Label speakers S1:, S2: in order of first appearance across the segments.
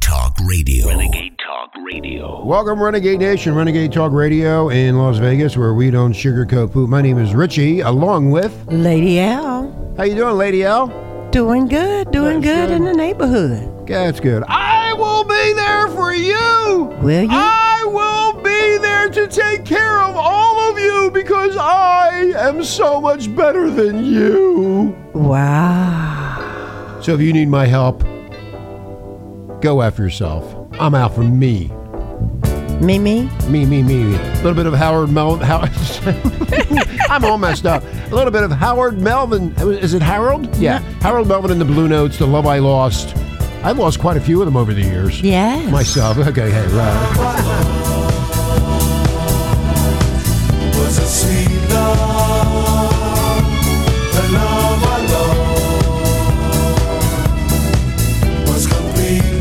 S1: Talk Radio.
S2: Renegade Talk Radio.
S3: Welcome, Renegade Nation, Renegade Talk Radio in Las Vegas, where we don't sugarcoat poop. My name is Richie, along with
S4: Lady Al,
S3: how you doing, Lady L?
S4: doing good, doing
S3: That's
S4: good, in
S3: good.
S4: the neighborhood.
S3: That's good. I will be there for you.
S4: Will you?
S3: I will be there to take care of all of you because I am so much better than you.
S4: wow.
S3: So if you need my help, go after yourself. I'm out for me.
S4: Mimi,
S3: Me, me, me, me. A little bit of Howard Melvin. Howard. I'm all messed up. A little bit of Howard Melvin. Is it Harold? Yeah. Harold Melvin and the Blue Notes, The Love I Lost. I've lost quite a few of them over the years.
S4: yes.
S3: Myself. Okay, hey, uh, right.
S5: was a sweet love, the love I loved was complete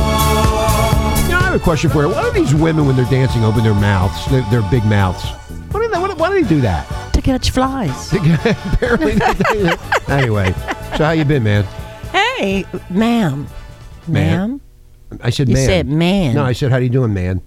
S5: love.
S3: You know, I have a question for you. Why do these women, when they're dancing, open their mouths, their, their big mouths? Why do, they, why, do- why do they do that?
S4: To catch flies.
S3: Apparently, they- anyway. So how you been, man?
S4: Hey, ma'am.
S3: Man.
S4: Ma'am.
S3: I said
S4: You
S3: man.
S4: said man.
S3: No, I said how you doing, man?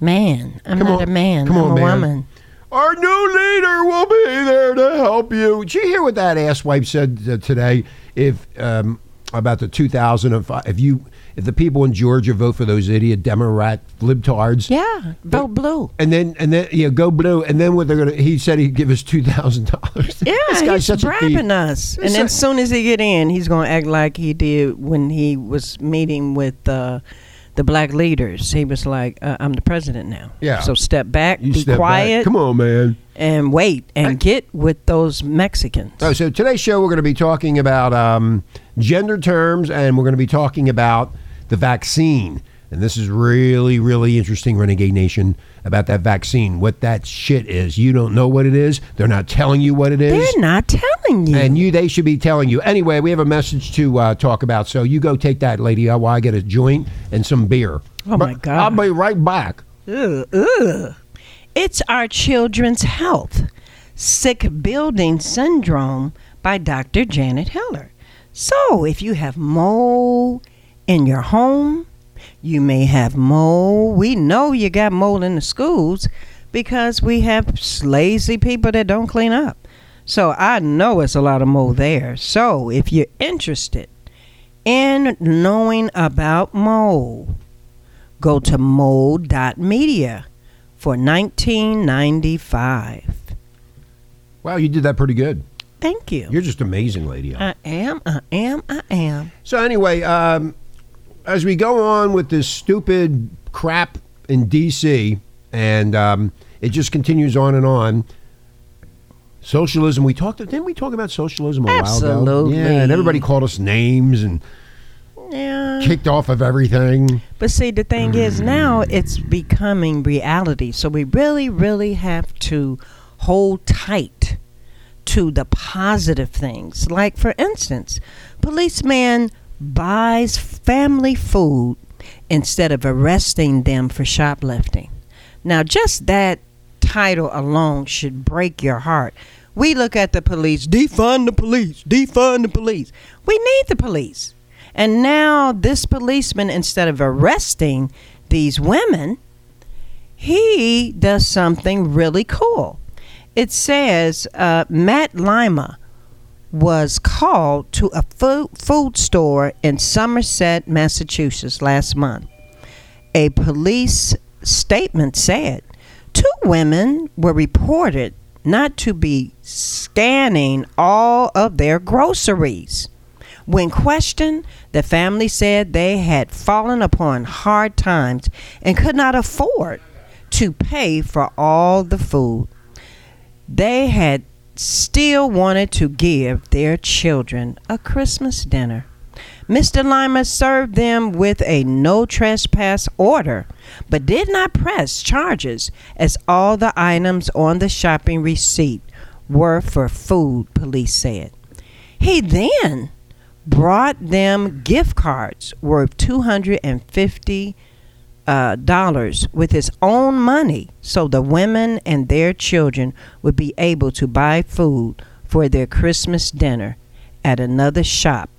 S4: Man. I'm
S3: Come
S4: not
S3: on.
S4: a man.
S3: Come
S4: I'm
S3: on,
S4: a
S3: man.
S4: woman.
S3: Our new leader will be there to help you. Did you hear what that asswipe said uh, today? If um, about the 2005, if you if the people in Georgia vote for those idiot Democrat libtards,
S4: Yeah. Vote blue.
S3: and then and then you know, go blue, and then what they're gonna? He said he'd give us two thousand dollars.
S4: Yeah,
S3: this guy's
S4: he's
S3: such a
S4: bribing
S3: thief.
S4: us.
S3: He's
S4: and then
S3: a-
S4: as soon as he get in, he's going to act like he did when he was meeting with uh, the black leaders. He was like, uh, I'm the president now.
S3: Yeah.
S4: So step back,
S3: You
S4: be
S3: step back.
S4: quiet,
S3: Come on, man.
S4: and wait and get with those Mexicans.
S3: Oh, so today's show, we're going to be talking about um, gender terms and we're going to be talking about the vaccine. And this is really, really interesting, Renegade Nation, about that vaccine, what that shit is. You don't know what it is. They're not telling you what it is.
S4: They're not telling you.
S3: And you, they should be telling you. Anyway, we have a message to uh, talk about. So you go take that, lady, uh, while I get a joint and some beer.
S4: Oh, my
S3: But
S4: God.
S3: I'll be right back.
S4: Ugh, ugh. It's Our Children's Health Sick Building Syndrome by Dr. Janet Heller. So, if you have mold in your home, you may have mold. We know you got mold in the schools because we have lazy people that don't clean up. So, I know it's a lot of mold there. So, if you're interested in knowing about mold, go to mold.media for 1995
S3: Wow, you did that pretty good.
S4: thank you
S3: You're just amazing, lady.
S4: i am i am i am
S3: So anyway, um, as we go on with this stupid crap in D.C. and um, it just continues on and on. Socialism. We talked. Didn't we talk about socialism a while ago?
S4: Absolutely.
S3: Yeah, and everybody called us names and
S4: yeah
S3: kicked off of everything.
S4: but see the thing is now it's becoming reality so we really really have to hold tight to the positive things like for instance policeman buys family food instead of arresting them for shoplifting Now, just that title alone should break your heart. We look at the police, defund the police, defund the police. We need the police. And now, this policeman, instead of arresting these women, he does something really cool. It says uh, Matt Lima was called to a food, food store in Somerset, Massachusetts last month. A police statement said two women were reported not to be scanning all of their groceries. When questioned, the family said they had fallen upon hard times and could not afford to pay for all the food they had still wanted to give their children a Christmas dinner. Mr. Lima served them with a no trespass order, but did not press charges as all the items on the shopping receipt were for food, police said. He then brought them gift cards worth $250 uh, dollars with his own money so the women and their children would be able to buy food for their Christmas dinner at another shop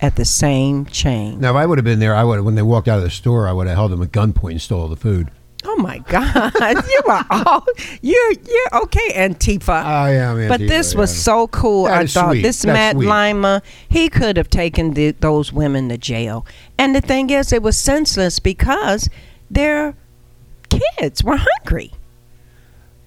S4: at the same chain.
S3: Now, if I would have been there, I would when they walked out of the store, I would have held them at gunpoint and stole all the food.
S4: Oh my God! you are all you're you're okay, Antifa.
S3: I am
S4: But
S3: Antifa,
S4: this was
S3: yeah.
S4: so cool.
S3: That
S4: I
S3: is
S4: thought
S3: sweet.
S4: this
S3: That's
S4: Matt
S3: sweet.
S4: Lima, he could have taken the, those women to jail. And the thing is, it was senseless because their kids were hungry.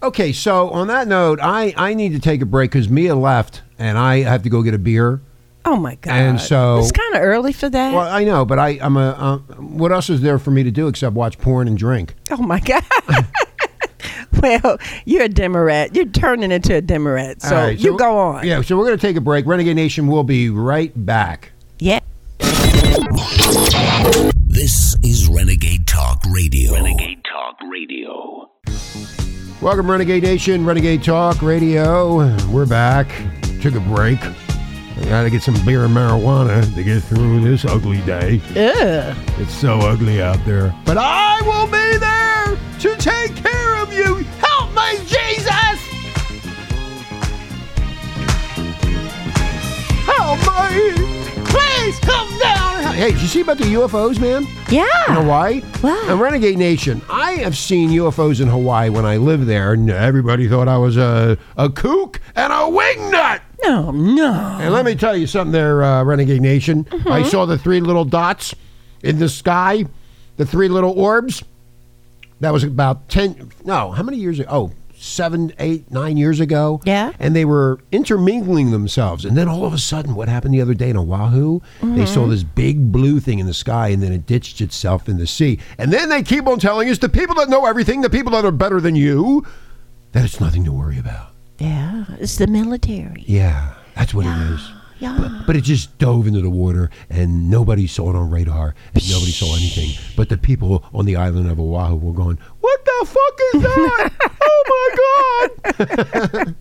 S3: Okay, so on that note, I I need to take a break because Mia left and I have to go get a beer.
S4: Oh my God!
S3: And so-
S4: it's kind of early for that.
S3: Well, I know, but I I'm a uh, what else is there for me to do except watch porn and drink?
S4: oh my God! well, you're a Democrat. You're turning into a Democrat. So
S3: All right,
S4: you go on.
S3: Yeah, so we're gonna take a break. Renegade Nation will be right back.
S4: yeah.
S2: This is Renegade Talk Radio. Renegade Talk Radio.
S3: Welcome, Renegade Nation, Renegade Talk Radio. We're back. Took a break. I gotta get some beer and marijuana to get through this ugly day.
S4: Ugh.
S3: It's so ugly out there. But I will be there to take care of you. Help me, Jesus! Help me! Please come down! Hey, did you see about the UFOs, man? in
S4: Yeah.
S3: Hawaii.
S4: Wow.
S3: A renegade nation. I have seen UFOs in Hawaii when I lived there, and everybody thought I was a, a kook and a wingnut.
S4: No. No.
S3: And let me tell you something there, uh, Renegade Nation.
S4: Mm-hmm.
S3: I saw the three little dots in the sky, the three little orbs. That was about 10, no, how many years ago? Oh, seven, eight, nine years ago.
S4: Yeah.
S3: And they were intermingling themselves. And then all of a sudden, what happened the other day in Oahu? They saw
S4: Mm-hmm.
S3: this big blue thing in the sky and then it ditched itself in the sea. And then they keep on telling us the people that know everything, the people that are better than you, that it's nothing to worry about.
S4: Yeah. It's the military.
S3: Yeah, that's what it is.
S4: Yeah.
S3: But, but it just dove into the water, and nobody saw it on radar, and nobody saw anything. But the people on the island of Oahu were going, "What the fuck is that? oh my god!"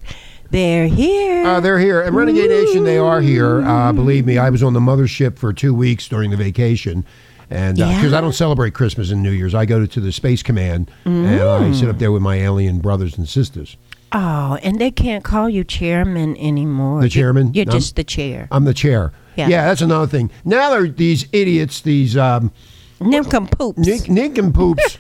S4: They're here.
S3: Uh, they're here, and Renegade Nation, they are here. Uh, believe me, I was on the mothership for two weeks during the vacation. And because
S4: Yeah.
S3: I don't celebrate Christmas and New Year's, I go to the Space Command and I
S4: Mm.
S3: sit up there with my alien brothers and sisters.
S4: Oh, and they can't call you chairman anymore.
S3: The
S4: You-
S3: chairman?
S4: You're
S3: No.
S4: just the chair.
S3: I'm the chair.
S4: Yeah.
S3: that's another thing. Now there are these idiots, these um,
S4: Nincompoops.
S3: Nick nincompoops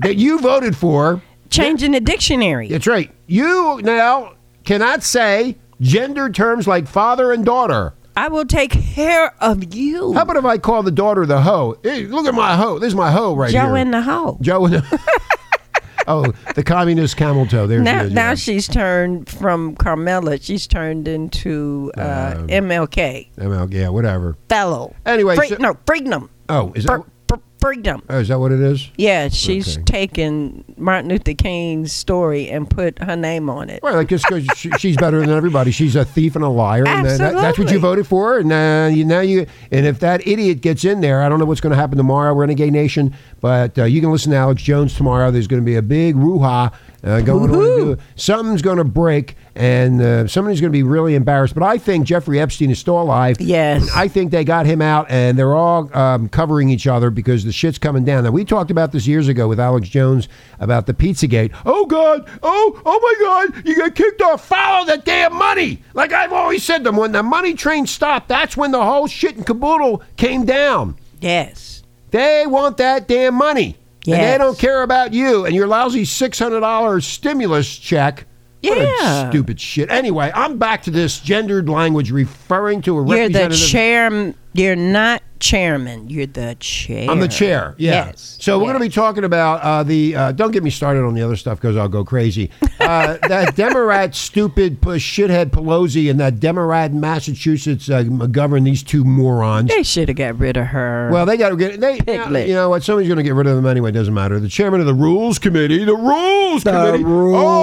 S3: that you voted for.
S4: Changing the dictionary.
S3: That's right. You now cannot say gender terms like father and daughter.
S4: I will take care of you.
S3: How about if I call the daughter the hoe? Hey, look at my hoe. This is my hoe right
S4: Joe
S3: here.
S4: in the hole.
S3: Joe and the. oh, the communist camel toe. There
S4: Now,
S3: she is.
S4: now
S3: yeah.
S4: she's turned from Carmela. She's turned into
S3: Um,
S4: uh, MLK
S3: ML, yeah, whatever.
S4: fellow.
S3: Anyway,
S4: Fre-
S3: so-
S4: no, Freedom.
S3: Oh, is that,
S4: Fre- fre- freedom.
S3: oh, is that what it is?
S4: Yeah, she's
S3: Okay.
S4: taken Martin Luther King's story and put her name on it.
S3: Right, like just 'cause she, she's better than everybody. She's a thief and a liar, and that- that- that's what
S4: Absolutely.
S3: you voted for. And uh, you, now you, and if that idiot gets in there, I don't know what's going to happen tomorrow, Renegade Nation. But uh, you can listen to Alex Jones tomorrow. There's going to be a big ruha uh, going on. And do- something's going to break, and uh, somebody's going to be really embarrassed. But I think Jeffrey Epstein is still alive.
S4: Yes.
S3: I think they got him out, and they're all um, covering each other because the shit's coming down. Now we talked about this years ago with Alex Jones about the PizzaGate. Oh God! Oh oh my God! You got kicked off. Follow the damn money. Like I've always said, them when the money train stopped, that's when the whole shit and caboodle came down.
S4: Yes.
S3: They want that damn money, and they
S4: Yes.
S3: don't care about you and your lousy six hundred dollars stimulus check. What a
S4: Yeah.
S3: stupid shit. Anyway, I'm back to this gendered language referring to a
S4: You're the
S3: representative.
S4: chair. You're not chairman. You're the chair.
S3: I'm the chair. Yeah.
S4: Yes.
S3: So we're going to be talking about uh, the. Uh, don't get me started on the other stuff because I'll go crazy. Uh, that Democrat stupid push shithead Pelosi and that Democrat in Massachusetts uh, McGovern. These two morons.
S4: They should have got rid of her.
S3: Well, they got to get they.
S4: Piglet.
S3: You know what? Somebody's going to get rid of them anyway. Doesn't matter. The chairman of the rules committee. The rules committee.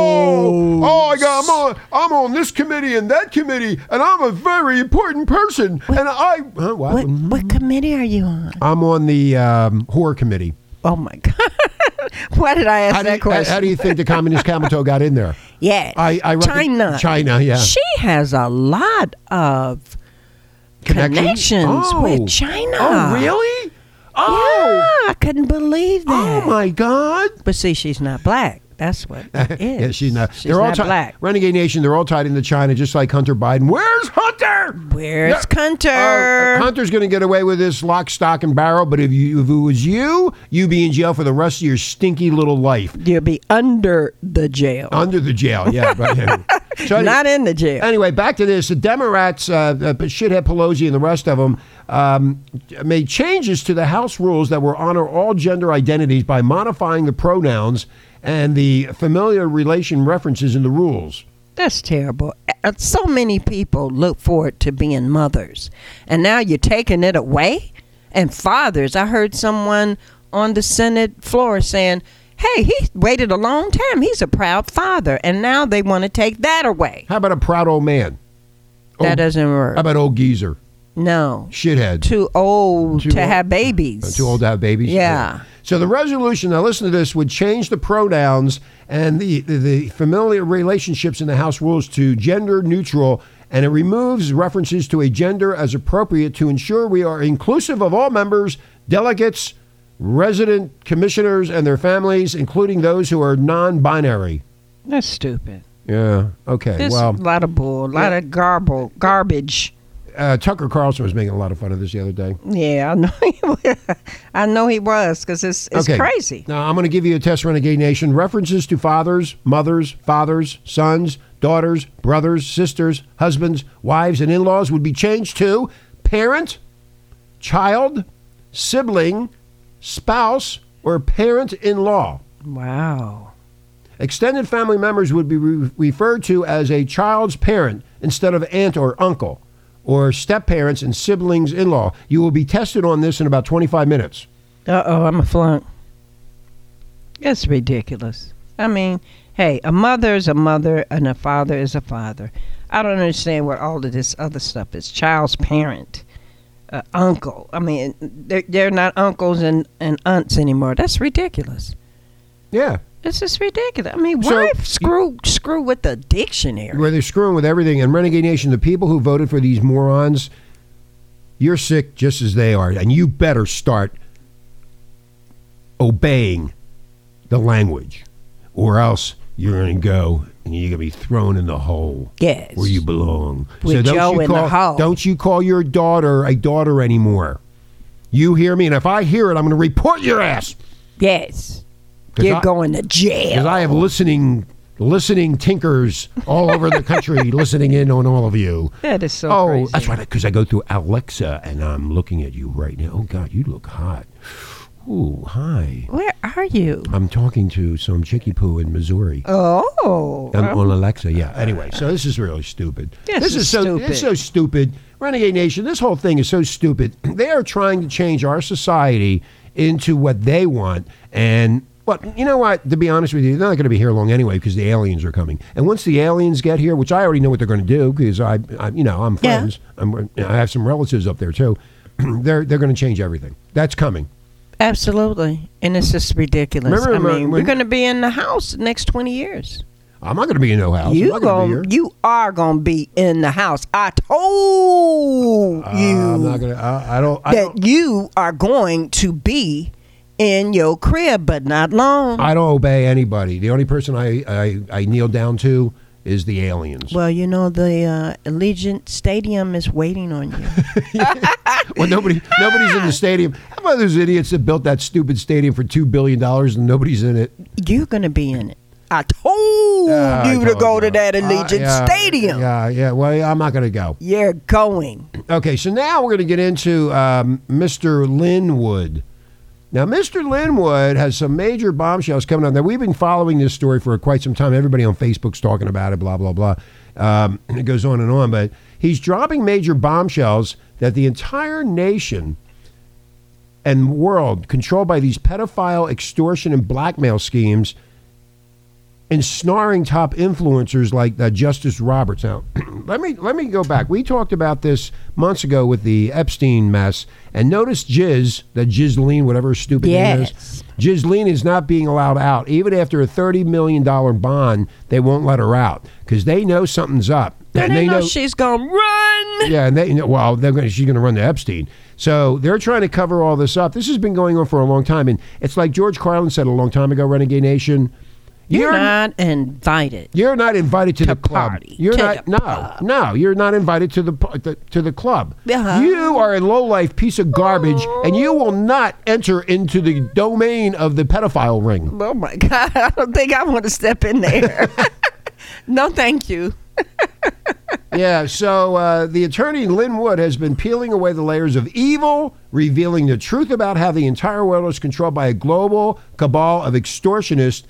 S3: Oh, oh! I got. I'm on. I'm on this committee and that committee, and I'm a very important person. And I. Huh, wow.
S4: what what committee are you on?
S3: I'm on the um, whore committee.
S4: Oh my god! Why did I ask
S3: How do,
S4: that
S3: you,
S4: question?
S3: how do you think the communist Kamito got in there?
S4: yeah,
S3: I- I reckon-
S4: China.
S3: China, yeah.
S4: She has a lot of
S3: Connections?
S4: connections
S3: Oh.
S4: with China.
S3: Oh, really? Oh,
S4: Yeah, I couldn't believe
S3: oh
S4: that.
S3: my God!
S4: But see, she's not black. That's what it is.
S3: Yeah, she's not.
S4: She's
S3: they're all
S4: not
S3: ti-
S4: black.
S3: Renegade Nation. They're all tied into China, just like Hunter Biden. Where's Hunter?
S4: Where's
S3: No-
S4: Hunter?
S3: Oh, Hunter's going to get away with this lock, stock, and barrel. But if you, if it was you, you'd be in jail for the rest of your stinky little life
S4: You'll be under the jail,
S3: under the jail. Yeah, but yeah. So anyway-
S4: not in the jail.
S3: Anyway, back to this. The Democrats, uh, uh, shithead Pelosi and the rest of them, um, made changes to the House rules that will honor all gender identities by modifying the pronouns and the familiar relation references in the rules.
S4: That's terrible. Uh, So many people look forward to being mothers, and now you're taking it away. And fathers, I heard someone on the Senate floor saying, "Hey, he waited a long time. He's a proud father," and now they want to take that away.
S3: How about a proud old man?
S4: That
S3: Old-
S4: doesn't work.
S3: How about old geezer?
S4: no,
S3: Shithead.
S4: too old
S3: Too
S4: to
S3: old.
S4: have babies.
S3: Too old to have babies.
S4: Yeah.
S3: So the resolution, now listen to this, would change the pronouns and the, the, the familiar relationships in the House rules to gender neutral, and it removes references to a gender as appropriate to ensure we are inclusive of all members, delegates, resident commissioners, and their families, including those who are non binary.
S4: That's stupid.
S3: Yeah. Okay.
S4: There's
S3: well,
S4: a lot of bull, a lot of garble, garbage.
S3: uh, Tucker Carlson was making a lot of fun of this the other day.
S4: Yeah, I know. He was. I know he was because it's it's crazy.
S3: Now I'm going to give you a test, Renegade Nation. References to fathers, mothers, fathers, sons, daughters, brothers, sisters, husbands, wives, and in-laws would be changed to parent, child, sibling, spouse, or parent-in-law.
S4: Wow.
S3: Extended family members would be re- referred to as a child's parent instead of aunt or uncle, or step parents and siblings in law. You will be tested on this in about 25 minutes.
S4: Uh oh, I'm a flunk. That's ridiculous. I mean, hey, a mother is a mother and a father is a father. I don't understand what all of this other stuff is. Child's parent, uh, uncle. I mean, they're, they're not uncles and, and aunts anymore. That's ridiculous.
S3: Yeah.
S4: This is ridiculous. I mean,
S3: So,
S4: why screw screw with the dictionary?
S3: where they're screwing with everything. And Renegade Nation, the people who voted for these morons, you're sick just as they are, and you better start obeying the language, or else you're going to go and you're going to be thrown in the hole
S4: Yes.
S3: where you belong.
S4: With Joe in the
S3: call,
S4: hole.
S3: Don't you call your daughter a daughter anymore. You hear me, and if I hear it, I'm going to report your ass.
S4: Yes.
S3: 'Cause
S4: You're
S3: I-
S4: going to jail.
S3: Because I have listening listening tinkers all over the country listening in on all of you.
S4: That is so
S3: oh,
S4: crazy.
S3: that's right. Because I go through Alexa and I'm looking at you right now. Oh God, you look hot. Ooh, hi.
S4: Where are you?
S3: I'm talking to some chicky poo in Missouri.
S4: Oh.
S3: I'm on Alexa, yeah. Anyway, so this is really stupid.
S4: This is
S3: so
S4: stupid.
S3: It's so stupid. Renegade Nation, this whole thing is so stupid. They are trying to change our society into what they want and but you know what? To be honest with you, they're not going to be here long anyway because the aliens are coming. And once the aliens get here, which I already know what they're going to do because I, I, you know, I'm
S4: Yeah.
S3: friends. I'm, I have some relatives up there too. they're they're going to change everything. That's coming.
S4: Absolutely. And it's just ridiculous.
S3: Remember
S4: I
S3: my-
S4: mean,
S3: when-
S4: we're going to be in the house the next 20 years.
S3: I'm not going to be in no house. I'm
S4: you
S3: not gonna be
S4: going
S3: here.
S4: you are going to be in the house. I told
S3: Uh, I'm
S4: you
S3: not going to. I I don't. I don't
S4: that you are going to be in your crib but not long.
S3: I don't obey anybody. The only person I, I, I kneel down to is the aliens.
S4: well, you know the uh, Allegiant Stadium is waiting on you.
S3: Well, nobody nobody's in the stadium. How about those idiots that built that stupid stadium for two billion dollars and nobody's in it?
S4: You're going to be in it. I told
S3: Ah, I
S4: you to
S3: don't
S4: go to that
S3: Ah,
S4: Allegiant
S3: yeah,
S4: Stadium.
S3: Yeah, yeah. Well, I'm not going to go.
S4: You're going.
S3: Okay, so now we're going to get into um, Mr. Linwood. Now, Mr. Linwood has some major bombshells coming up. Now, we've been following this story for quite some time. Everybody on Facebook's talking about it, blah, blah, blah. Um, and it goes on and on. But he's dropping major bombshells that the entire nation and world, controlled by these pedophile extortion and blackmail schemes, ensnaring top influencers like uh, Justice Roberts. Now, let me let me go back. We talked about this months ago with the Epstein mess, and notice Jiz, that Jizleen, whatever her stupid
S4: Yes.
S3: name is, Jizleen is not being allowed out. Even after a thirty million dollar bond, they won't let her out because they know something's up.
S4: And they know, she's going to run.
S3: Yeah, and they you know, well, they're going. She's going to run to Epstein. So they're trying to cover all this up. This has been going on for a long time, and it's like George Carlin said a long time ago, "Renegade Nation."
S4: You're,
S3: You're-
S4: not invited.
S3: You're not invited to, the
S4: To
S3: club.
S4: party,
S3: You're
S4: to
S3: not
S4: the
S3: no
S4: pub.
S3: no. You're not invited to the, pu- the to the club.
S4: Uh-huh.
S3: You are a low life piece of garbage, and you will not enter into the domain of the pedophile ring.
S4: Oh my God! I don't think I want to step in there. no, thank you.
S3: yeah. So uh, the attorney Lynn Wood has been peeling away the layers of evil, revealing the truth about how the entire world is controlled by a global cabal of extortionists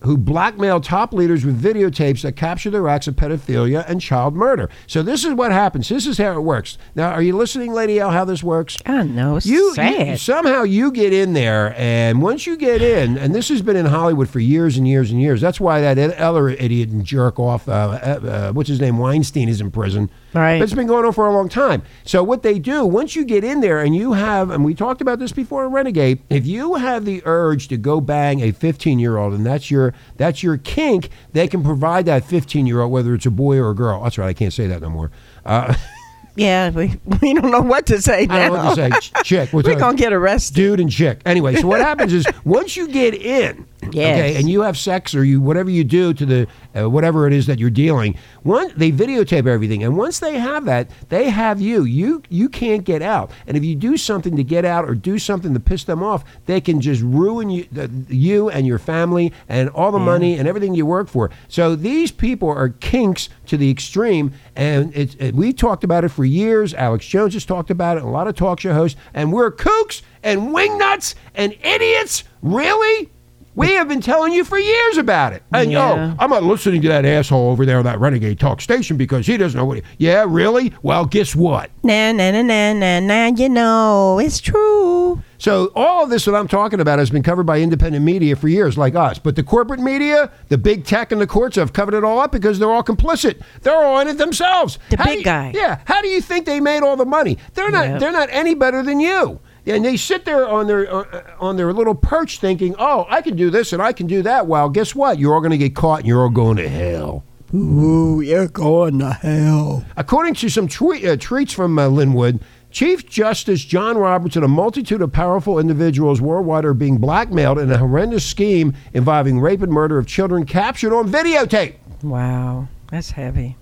S3: who blackmail top leaders with videotapes that capture their acts of pedophilia and child murder. So this is what happens. This is how it works. Now, are you listening, Lady L? How this works?
S4: I know. It's
S3: you,
S4: sad.
S3: you- somehow you get in there, and once you get in, and this has been in Hollywood for years and years and years. That's why that ed- other idiot and jerk off, uh, uh, uh, what's his name, Weinstein, is in prison.
S4: Right.
S3: It's been going on for a long time. So what they do once you get in there, and you have, and we talked about this before in Renegade. If you have the urge to go bang a 15 year old, and that's your that's your kink, they can provide that 15 year old, whether it's a boy or a girl. That's right. I can't say that no more. Uh,
S4: yeah, we, we don't know what to say now.
S3: I don't know what to say. Ch- Chick. what's
S4: We're
S3: up?
S4: gonna get arrested.
S3: dude and chick. Anyway, so what happens is once you get in,
S4: Yes.
S3: okay, and you have sex or you whatever you do to the uh, whatever it is that you're dealing, one they videotape everything, and once they have that, they have you. You you can't get out, and if you do something to get out or do something to piss them off, they can just ruin you, the, you and your family and all the money and everything you work for. So these people are kinks to the extreme, and it's it, we talked about it for years. Alex Jones has talked about it, and a lot of talk show hosts, and we're kooks and wingnuts and idiots. Really? We have been telling you for years about it. And
S4: Yeah.
S3: oh, I'm not listening to that asshole over there on that renegade talk station because he doesn't know what. He, yeah, really? Well, guess what?
S4: Na na na na na na. You know it's true.
S3: So all of this that I'm talking about has been covered by independent media for years, like us. But the corporate media, the big tech, and the courts have covered it all up because they're all complicit. They're all in it themselves.
S4: The
S3: do
S4: big
S3: you-
S4: guy.
S3: Yeah. How do you think they made all the money? They're not.
S4: Yep.
S3: They're not any better than you. And they sit there on their uh, on their little perch, thinking, "Oh, I can do this and I can do that." Well, guess what? You're all going to get caught, and you're all going to hell.
S4: Ooh, you're going to hell.
S3: According to some tweet, uh, tweets from uh, Linwood, Chief Justice John Roberts and a multitude of powerful individuals worldwide are being blackmailed in a horrendous scheme involving rape and murder of children captured on videotape.
S4: Wow, that's heavy.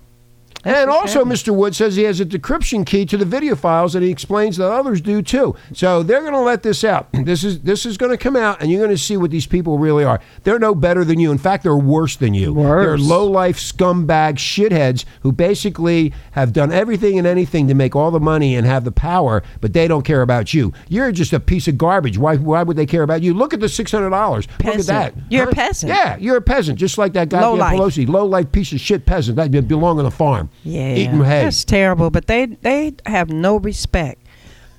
S3: And
S4: what's
S3: also, Mr. Wood says he has a decryption key to the video files, and he explains that others do too. So they're going to let this out. This is this is going to come out, and you're going to see what these people really are. They're no better than you. In fact, they're worse than you. They're
S4: Worse.
S3: low life scumbag shitheads who basically have done everything and anything to make all the money and have the power, but they don't care about you. You're just a piece of garbage. Why why would they care about you? Look at the six hundred dollars. Look at
S4: Peasant.
S3: that.
S4: You're a peasant.
S3: Yeah, you're a peasant, just like that guy
S4: Low life.
S3: Pelosi, low life piece of shit peasant that belong on a farm.
S4: Yeah,
S3: Eating hay.
S4: that's terrible. But they they have no respect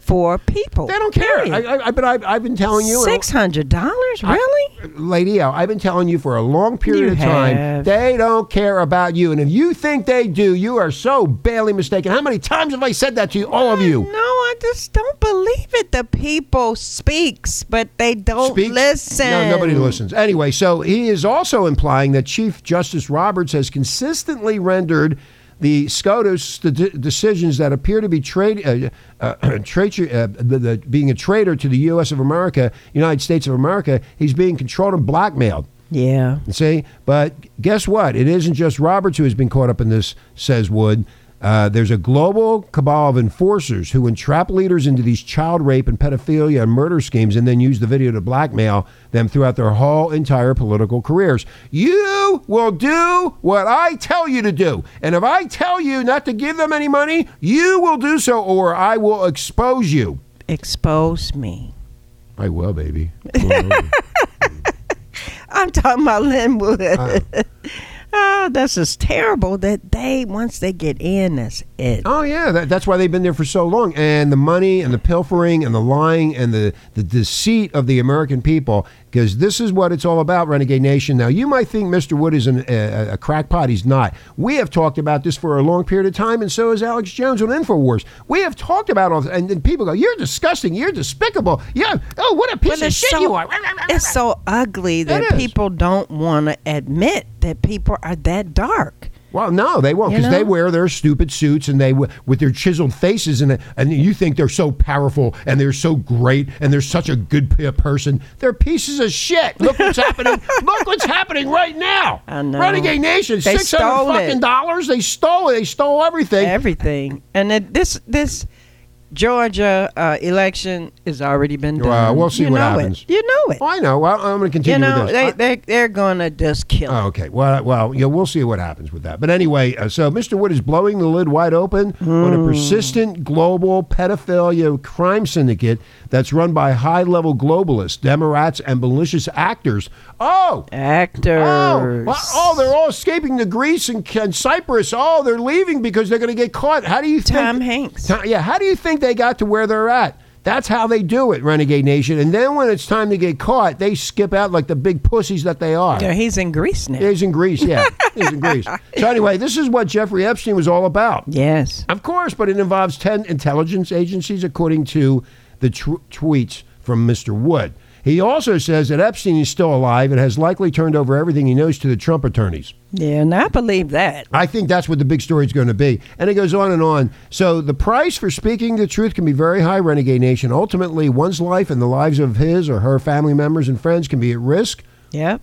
S4: for people.
S3: they don't care. I, I, I, but I, I've been telling you.
S4: Six hundred dollars, really?
S3: Lady L, I've been telling you for a long period
S4: You
S3: of time,
S4: have.
S3: they don't care about you. And if you think they do, you are so badly mistaken. How many times have I said that to you, all of
S4: No,
S3: you?
S4: I just don't believe it. The people speaks, but they don't
S3: Speak-
S4: listen.
S3: No, nobody listens. Anyway, so he is also implying that Chief Justice Roberts has consistently rendered the SCOTUS the de- decisions that appear to be trade, uh, uh, traitor, uh, the, the, being a traitor to the U.S. of America, United States of America. He's being controlled and blackmailed.
S4: Yeah.
S3: See, but guess what? It isn't just Roberts who has been caught up in this, says Wood. Uh, there's a global cabal of enforcers who entrap leaders into these child rape and pedophilia and murder schemes and then use the video to blackmail them throughout their whole entire political careers. You will do what I tell you to do. And if I tell you not to give them any money, you will do so or I will expose you.
S4: Expose me.
S3: I will, baby.
S4: I'm talking about Linwood.
S3: Uh-huh.
S4: oh, this is terrible that they once they get in, that's it.
S3: Oh yeah, that, that's why they've been there for so long. And the money and the pilfering and the lying and the, the deceit of the American people, because this is what it's all about, Renegade Nation. Now you might think Mr. Wood is an, a, a crackpot. He's not. We have talked about this for a long period of time, and so has Alex Jones on Infowars. We have talked about all, this, and then people go, "You're disgusting. You're despicable. Yeah. Oh, what a piece
S4: Well,
S3: of
S4: it's
S3: shit
S4: so-
S3: you are."
S4: It's so ugly that
S3: is.
S4: people don't want to admit that people are that dark.
S3: Well, no, they won't
S4: You
S3: because they
S4: know?
S3: wear their stupid suits and they w- with their chiseled faces and and you think they're so powerful and they're so great and they're such a good p- person. They're pieces of shit. Look what's happening. Look what's happening right now.
S4: I know.
S3: Renegade Nation.
S4: They
S3: Six hundred
S4: stole it.
S3: fucking dollars. They stole it. They stole everything.
S4: everything. And it, this this Georgia uh, election has already been done.
S3: Well, we'll see
S4: you
S3: what
S4: know
S3: happens.
S4: It. You know it.
S3: I know. Well, I'm going to continue
S4: you know
S3: with this.
S4: they
S3: I-
S4: they they're gonna just kill.
S3: Oh,
S4: it.
S3: okay. Well, well, yeah, we'll see what happens with that. But anyway, uh, so Mr. Wood is blowing the lid wide open on
S4: Hmm.
S3: a persistent global pedophilia crime syndicate that's run by high-level globalists, Democrats, and malicious actors. Oh.
S4: Actors.
S3: Oh, well, oh, they're all escaping to Greece and, and Cyprus. Oh, they're leaving because they're going to get caught. How do you think?
S4: Tom Hanks.
S3: Ti- yeah, how do you think they got to where they're at? That's how they do it, Renegade Nation. And then when it's time to get caught, they skip out like the big pussies that they are.
S4: Yeah, he's in Greece now.
S3: He's in Greece, yeah. He's in Greece. So anyway, this is what Jeffrey Epstein was all about.
S4: Yes.
S3: Of course, but it involves 10 intelligence agencies, according to the tr- tweets from Mr. Wood. He also says that Epstein is still alive and has likely turned over everything he knows to the Trump attorneys.
S4: Yeah, and I believe that.
S3: I think that's what the big story is going to be. And it goes on and on. So the price for speaking the truth can be very high, Renegade Nation. Ultimately, one's life and the lives of his or her family members and friends can be at risk
S4: Yep.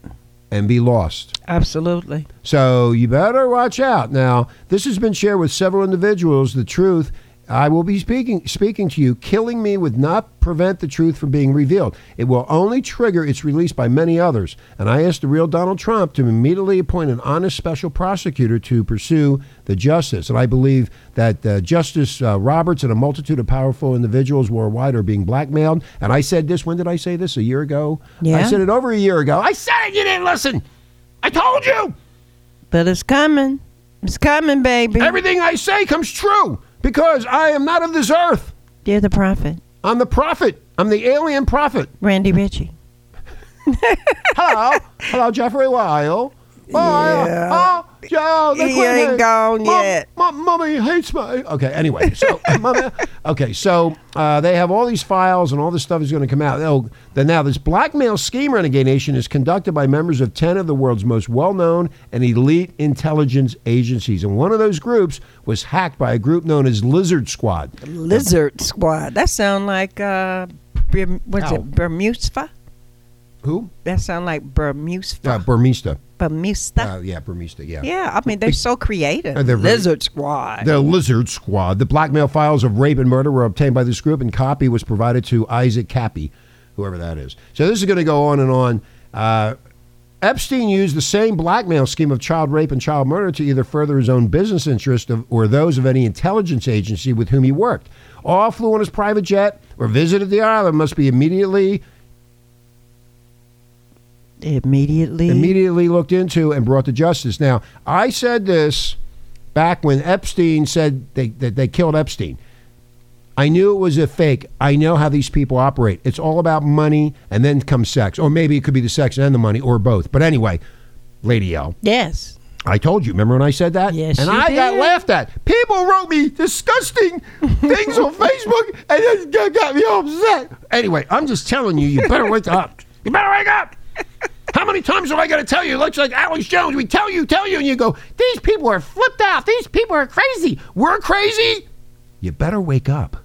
S3: and be lost.
S4: Absolutely.
S3: So you better watch out. Now, this has been shared with several individuals. The truth I will be speaking speaking to you. Killing me would not prevent the truth from being revealed. It will only trigger its release by many others. And I asked the real Donald Trump to immediately appoint an honest special prosecutor to pursue the justice. And I believe that uh, Justice uh, Roberts and a multitude of powerful individuals worldwide are being blackmailed. And I said this. When did I say this? A year ago. I
S4: Yeah.
S3: said it over a year ago. I said it. You didn't listen. I told you.
S4: But it's coming. It's coming, baby.
S3: Everything I say comes true because I am not of this earth.
S4: You're the prophet,
S3: I'm the prophet. I'm the alien prophet.
S4: Randy Ritchie.
S3: Hello. Hello, Jeffrey Weil. Oh,
S4: Yeah.
S3: oh, Joe, they
S4: He
S3: quit
S4: ain't
S3: me.
S4: gone
S3: Mom-
S4: yet.
S3: Mom, mommy hates me. Okay, anyway. So, mommy, okay, so uh, they have all these files and all this stuff is going to come out. Oh, then now this blackmail scheme, Renegade Nation, is conducted by members of 10 of the world's most well known and elite intelligence agencies. And one of those groups was hacked by a group known as Lizard Squad.
S4: Lizard Squad. That sound like uh, Berm- what's
S3: Ow.
S4: it? Bermuda.
S3: Who?
S4: That sound like Bermuda.
S3: Uh, Burmista.
S4: Bermuda.
S3: Uh, yeah, Burmista, yeah.
S4: yeah, I mean they're so creative.
S3: Uh, they're very-
S4: Lizard Squad.
S3: The Lizard Squad. The blackmail files of rape and murder were obtained by this group, and copy was provided to Isaac Cappy, whoever that is. So this is going to go on and on. Uh, Epstein used the same blackmail scheme of child rape and child murder to either further his own business interests of, or those of any intelligence agency with whom he worked. All flew on his private jet or visited the island must be immediately
S4: Immediately.
S3: immediately looked into and brought to justice. Now, I said this back when Epstein said they, that they killed Epstein. I knew it was a fake. I know how these people operate. It's all about money and then comes sex. Or maybe it could be the sex and the money or both. But anyway, Lady L,
S4: Yes.
S3: I told you. Remember when I said that?
S4: Yes,
S3: And
S4: you
S3: I got
S4: did.
S3: laughed at. People wrote me disgusting things on Facebook, and it got- got me upset. Anyway, I'm just telling you, you better wake up. You better wake up. How many times am I going to tell you? It looks like Alex Jones. We tell you, tell you, and you go, these people are flipped out. These people are crazy. We're crazy. You better wake up.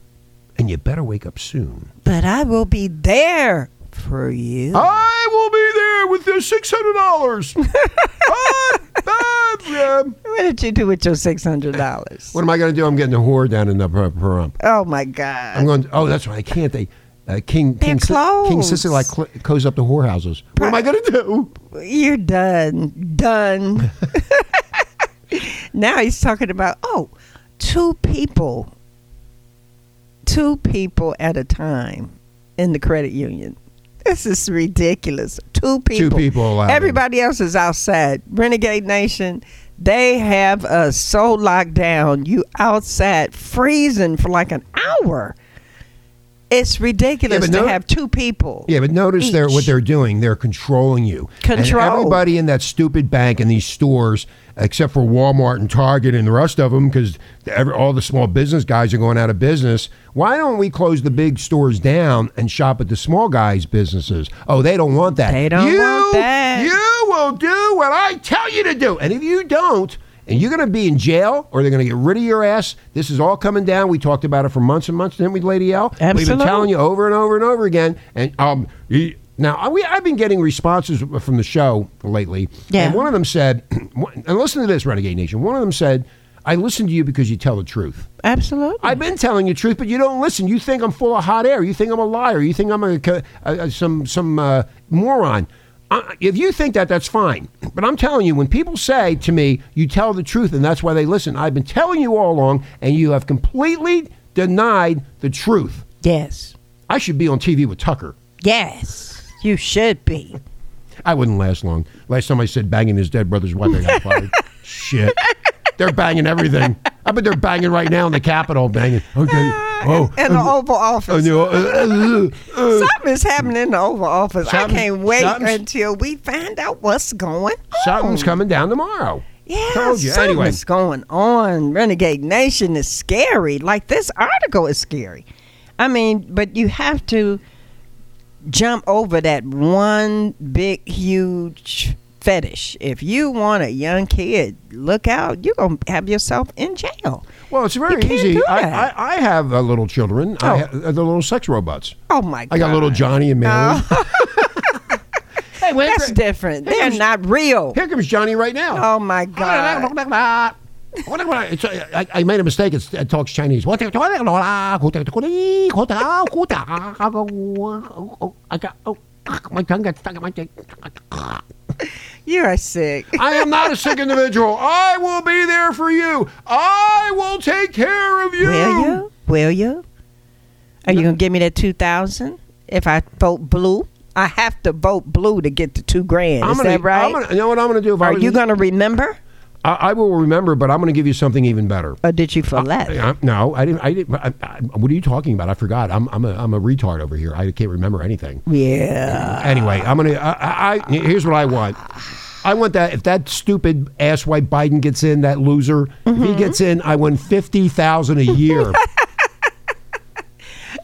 S3: And you better wake up soon.
S4: But I will be there for you.
S3: I will be there with the six hundred dollars. Ah,
S4: What did you do with your six hundred dollars?
S3: What am I going to do? I'm getting a whore down in the per- perump.
S4: Oh my God.
S3: I'm going. Oh, that's right. I can't. They uh, King
S4: They're
S3: King, Si- King
S4: closed.
S3: Sicily like cl- closed up the whorehouses. What am I going to do?
S4: You're done. Done. now he's talking about, oh, two people, two people at a time in the credit union. This is ridiculous. Two people.
S3: people allowed.
S4: Everybody else is outside. Renegade Nation, they have us so locked down. You outside freezing for like an hour. It's ridiculous
S3: but
S4: to
S3: no-
S4: have two people.
S3: Yeah, but notice they're what
S4: Each.
S3: they're doing. They're controlling you. And
S4: Control.
S3: everybody in that stupid bank and these stores, except for Walmart and Target and the rest of them, because all the small business guys are going out of business. Why don't we close the big stores down and shop at the small guys' businesses? Oh, they don't want that.
S4: They don't
S3: you,
S4: want that.
S3: You will do what I tell you to do, and if you don't. and you're going to be in jail or they're going to get rid of your ass. This is all coming down. We talked about it for months and months, didn't we, Lady L? We've been
S4: Absolutely.
S3: telling you over and over and over again. And um, y- now I- we, I've been getting responses from the show lately.
S4: Yeah.
S3: And one of them said, and listen to this, Renegade Nation. One of them said, I listen to you because you tell the truth.
S4: Absolutely.
S3: I've been telling you the truth, but you don't listen. You think I'm full of hot air. You think I'm a liar. You think I'm a, a, a- some some uh, moron. I, if you think that, that's fine. But I'm telling you, when people say to me, "You tell the truth," and that's why they listen, I've been telling you all along, and you have completely denied the truth.
S4: yes.
S3: I should be on TV with Tucker.
S4: Yes. You should be.
S3: I wouldn't last long. Last time I said banging his dead brother's wife, I got fired. Shit. They're banging everything. I bet they're banging right now in the Capitol, banging. Okay. Oh.
S4: In Ah, the Oval
S3: oh,
S4: Office.
S3: no, uh, uh, uh, uh.
S4: Something is happening in the Oval Office. I
S3: Something-
S4: can't wait
S3: something's-
S4: until we find out what's going on.
S3: Something's coming down tomorrow.
S4: Yeah,
S3: Told you.
S4: something's
S3: Anyway.
S4: going on. Renegade Nation is scary. Like this article is scary. I mean, but you have to jump over that one big, huge fetish. If you want a young kid, look out. You're gonna have yourself in jail.
S3: Well, it's very
S4: can't
S3: easy.
S4: do
S3: I, I,
S4: that.
S3: I have uh, little children. I
S4: Oh.
S3: ha- uh, the little sex robots.
S4: Oh my god!
S3: I got little Johnny and Mary. hey, wait,
S4: oh. That's
S3: here-
S4: different.
S3: here
S4: They're
S3: comes-
S4: not real.
S3: Here comes Johnny right now.
S4: Oh my god!
S3: It's, uh, I, I made a mistake. It's, it talks Chinese. I got- oh, my tongue got stuck in my teeth.
S4: You are sick.
S3: I am not a sick individual. I will be there for you. I will take care of you.
S4: Will you? Will you? Are you gonna give me that two thousand if I vote blue? I have to vote blue to get the two grand.
S3: I'm
S4: Is
S3: gonna,
S4: that right?
S3: I'm gonna, you know what I'm going to do? If I
S4: Are
S3: was-
S4: you gonna remember,
S3: I, I will remember, but I'm going to give you something even better.
S4: or did you forget?
S3: I- I- no, I didn't. I didn't. I, I, what are you talking about? I forgot. I'm, I'm, a, I'm a retard over here. I can't remember anything.
S4: yeah.
S3: anyway, I'm gonna. I, I, I here's what I want. I want that if that stupid asswipe Biden gets in, that loser, if he gets in, I win fifty thousand a year.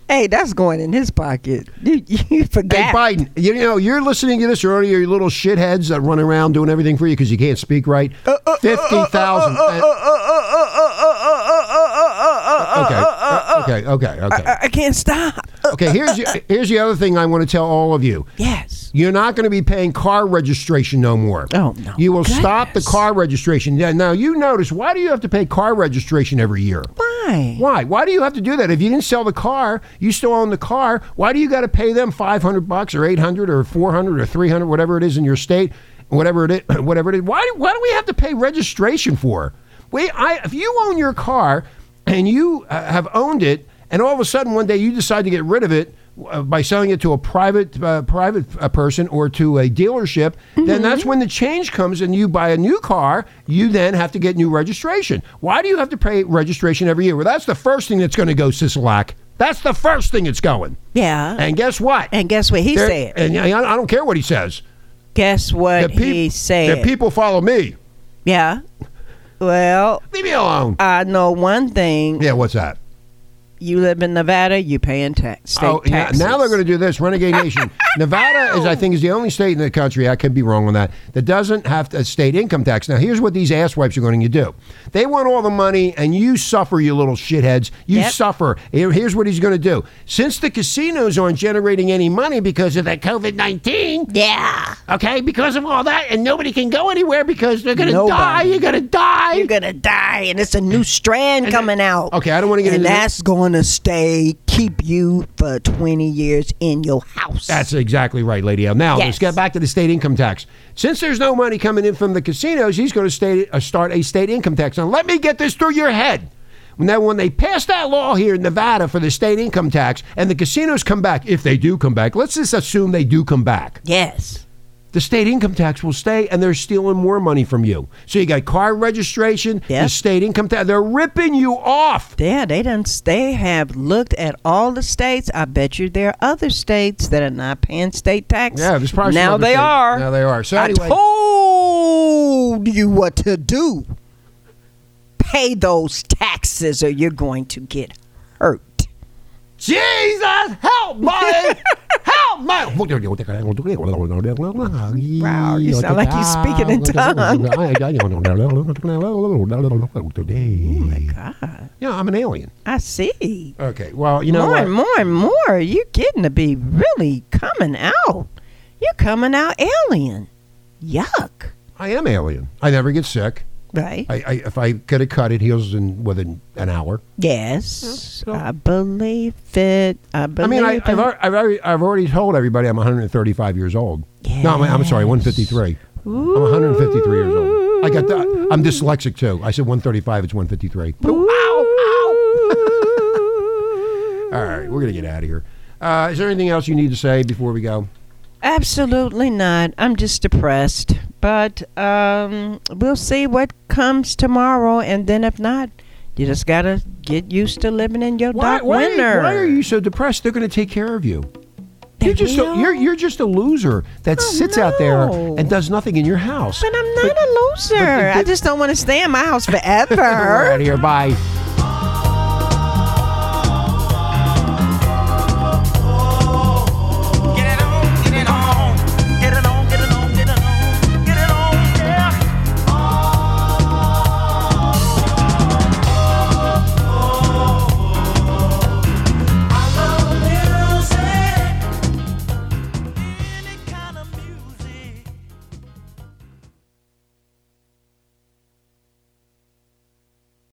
S4: Hey, that's going in his pocket. You, you
S3: Hey
S4: forgot.
S3: Biden, you know you're listening to this. You're already your little shitheads that run around doing everything for you because you can't speak right. Fifty thousand.
S4: Uh,
S3: Okay, uh, okay, okay, okay.
S4: I, I can't stop.
S3: Okay, here's the, here's the other thing I want to tell all of you.
S4: Yes.
S3: You're not going to be paying car registration no more.
S4: Oh, no.
S3: You will stop the
S4: Goodness.
S3: car registration. Now, now you notice why do you have to pay car registration every year?
S4: Why?
S3: Why? Why do you have to do that? If you didn't sell the car, you still own the car. Why do you got to pay them five hundred bucks or eight hundred or four hundred or three hundred, whatever it is in your state, whatever it is, whatever it is? Why? do- Why do we have to pay registration for? We, I, if you own your car and you uh, have owned it, and all of a sudden one day you decide to get rid of it uh, by selling it to a private uh, private uh, person or to a dealership,
S4: Mm-hmm.
S3: then that's when the change comes and you buy a new car. You then have to get new registration. Why do you have to pay registration every year? Well, that's the first thing that's going to go, Sisalak. That's the first thing that's going.
S4: Yeah.
S3: And guess what?
S4: And guess what he
S3: There-
S4: said?
S3: And I I don't care what he says.
S4: Guess what
S3: peop-
S4: he said?
S3: The people follow me.
S4: yeah. Well,
S3: Leave me alone.
S4: I know one thing.
S3: yeah, what's that?
S4: You live in Nevada, you paying tax, state
S3: Oh, yeah,
S4: taxes.
S3: now they're going to do this. Renegade Nation. Nevada is, I think, is the only state in the country. I could be wrong on that. That doesn't have a state income tax. Now, here's what these asswipes are going to do. They want all the money, and you suffer, you little shitheads. You
S4: Yep.
S3: suffer. Here- Here's what he's going to do. Since the casinos aren't generating any money because of that COVID nineteen,
S4: Yeah.
S3: okay, because of all that, and nobody can go anywhere because they're going to
S4: Nobody.
S3: die. You're going to die.
S4: You're gonna die, and it's a new strand coming out.
S3: Okay, I don't wanna get
S4: And
S3: into this.
S4: that's gonna stay, keep you for twenty years in your house.
S3: That's exactly right, Lady L. Now, let's
S4: Yes.
S3: get back to the state income tax. Since there's no money coming in from the casinos, he's going to state, uh, start a state income tax. Now, let me get this through your head. Now, when they pass that law here in Nevada for the state income tax and the casinos come back, if they do come back, let's just assume they do come back,
S4: yes.
S3: the state income tax will stay and they're stealing more money from you. So you got car registration, the
S4: Yep.
S3: state income tax. They're ripping you off.
S4: Yeah, they done. They have looked at all the states. I bet you there are other states that are not paying state tax.
S3: Yeah, there's probably some
S4: now
S3: other
S4: they
S3: states.
S4: are.
S3: Now they are. So
S4: I
S3: anyway-
S4: told you what to do. Pay those taxes, or you're going to get hurt.
S3: Jesus, help, buddy! help, mouth. Wow,
S4: Wow, you sound like you're speaking in tongue. Oh my God.
S3: Yeah, I'm an alien.
S4: I see.
S3: Okay, well, you know
S4: more
S3: what?
S4: and more and more. You're getting to be really coming out. You're coming out alien. Yuck.
S3: I am alien. I never get sick.
S4: Right?
S3: I, I if I could have cut it heals in within an hour.
S4: yes. I believe it. I
S3: I
S4: believe
S3: mean, I,
S4: it.
S3: I've, al- I've already I've already told everybody I'm 135 years old. No, I'm, I'm sorry, 153. I'm 153 years old. I got that. I'm dyslexic too. I said 135. It's 153. Ow, ow. All right, we're gonna get out of here. Uh, is there anything else you need to say before we go?
S4: Absolutely not. I'm just depressed. But um, we'll see what comes tomorrow. And then if not, you just got to get used to living in your
S3: Why,
S4: dark
S3: why,
S4: winter.
S3: why are you so depressed? They're going to take care of you.
S4: They
S3: You're just a,
S4: will. Oh,
S3: you're you're just a loser that sits out there
S4: no.
S3: and does nothing in your house.
S4: But I'm not a loser.
S3: but-
S4: I just don't want to stay in my house forever.
S3: We're out of here. Bye.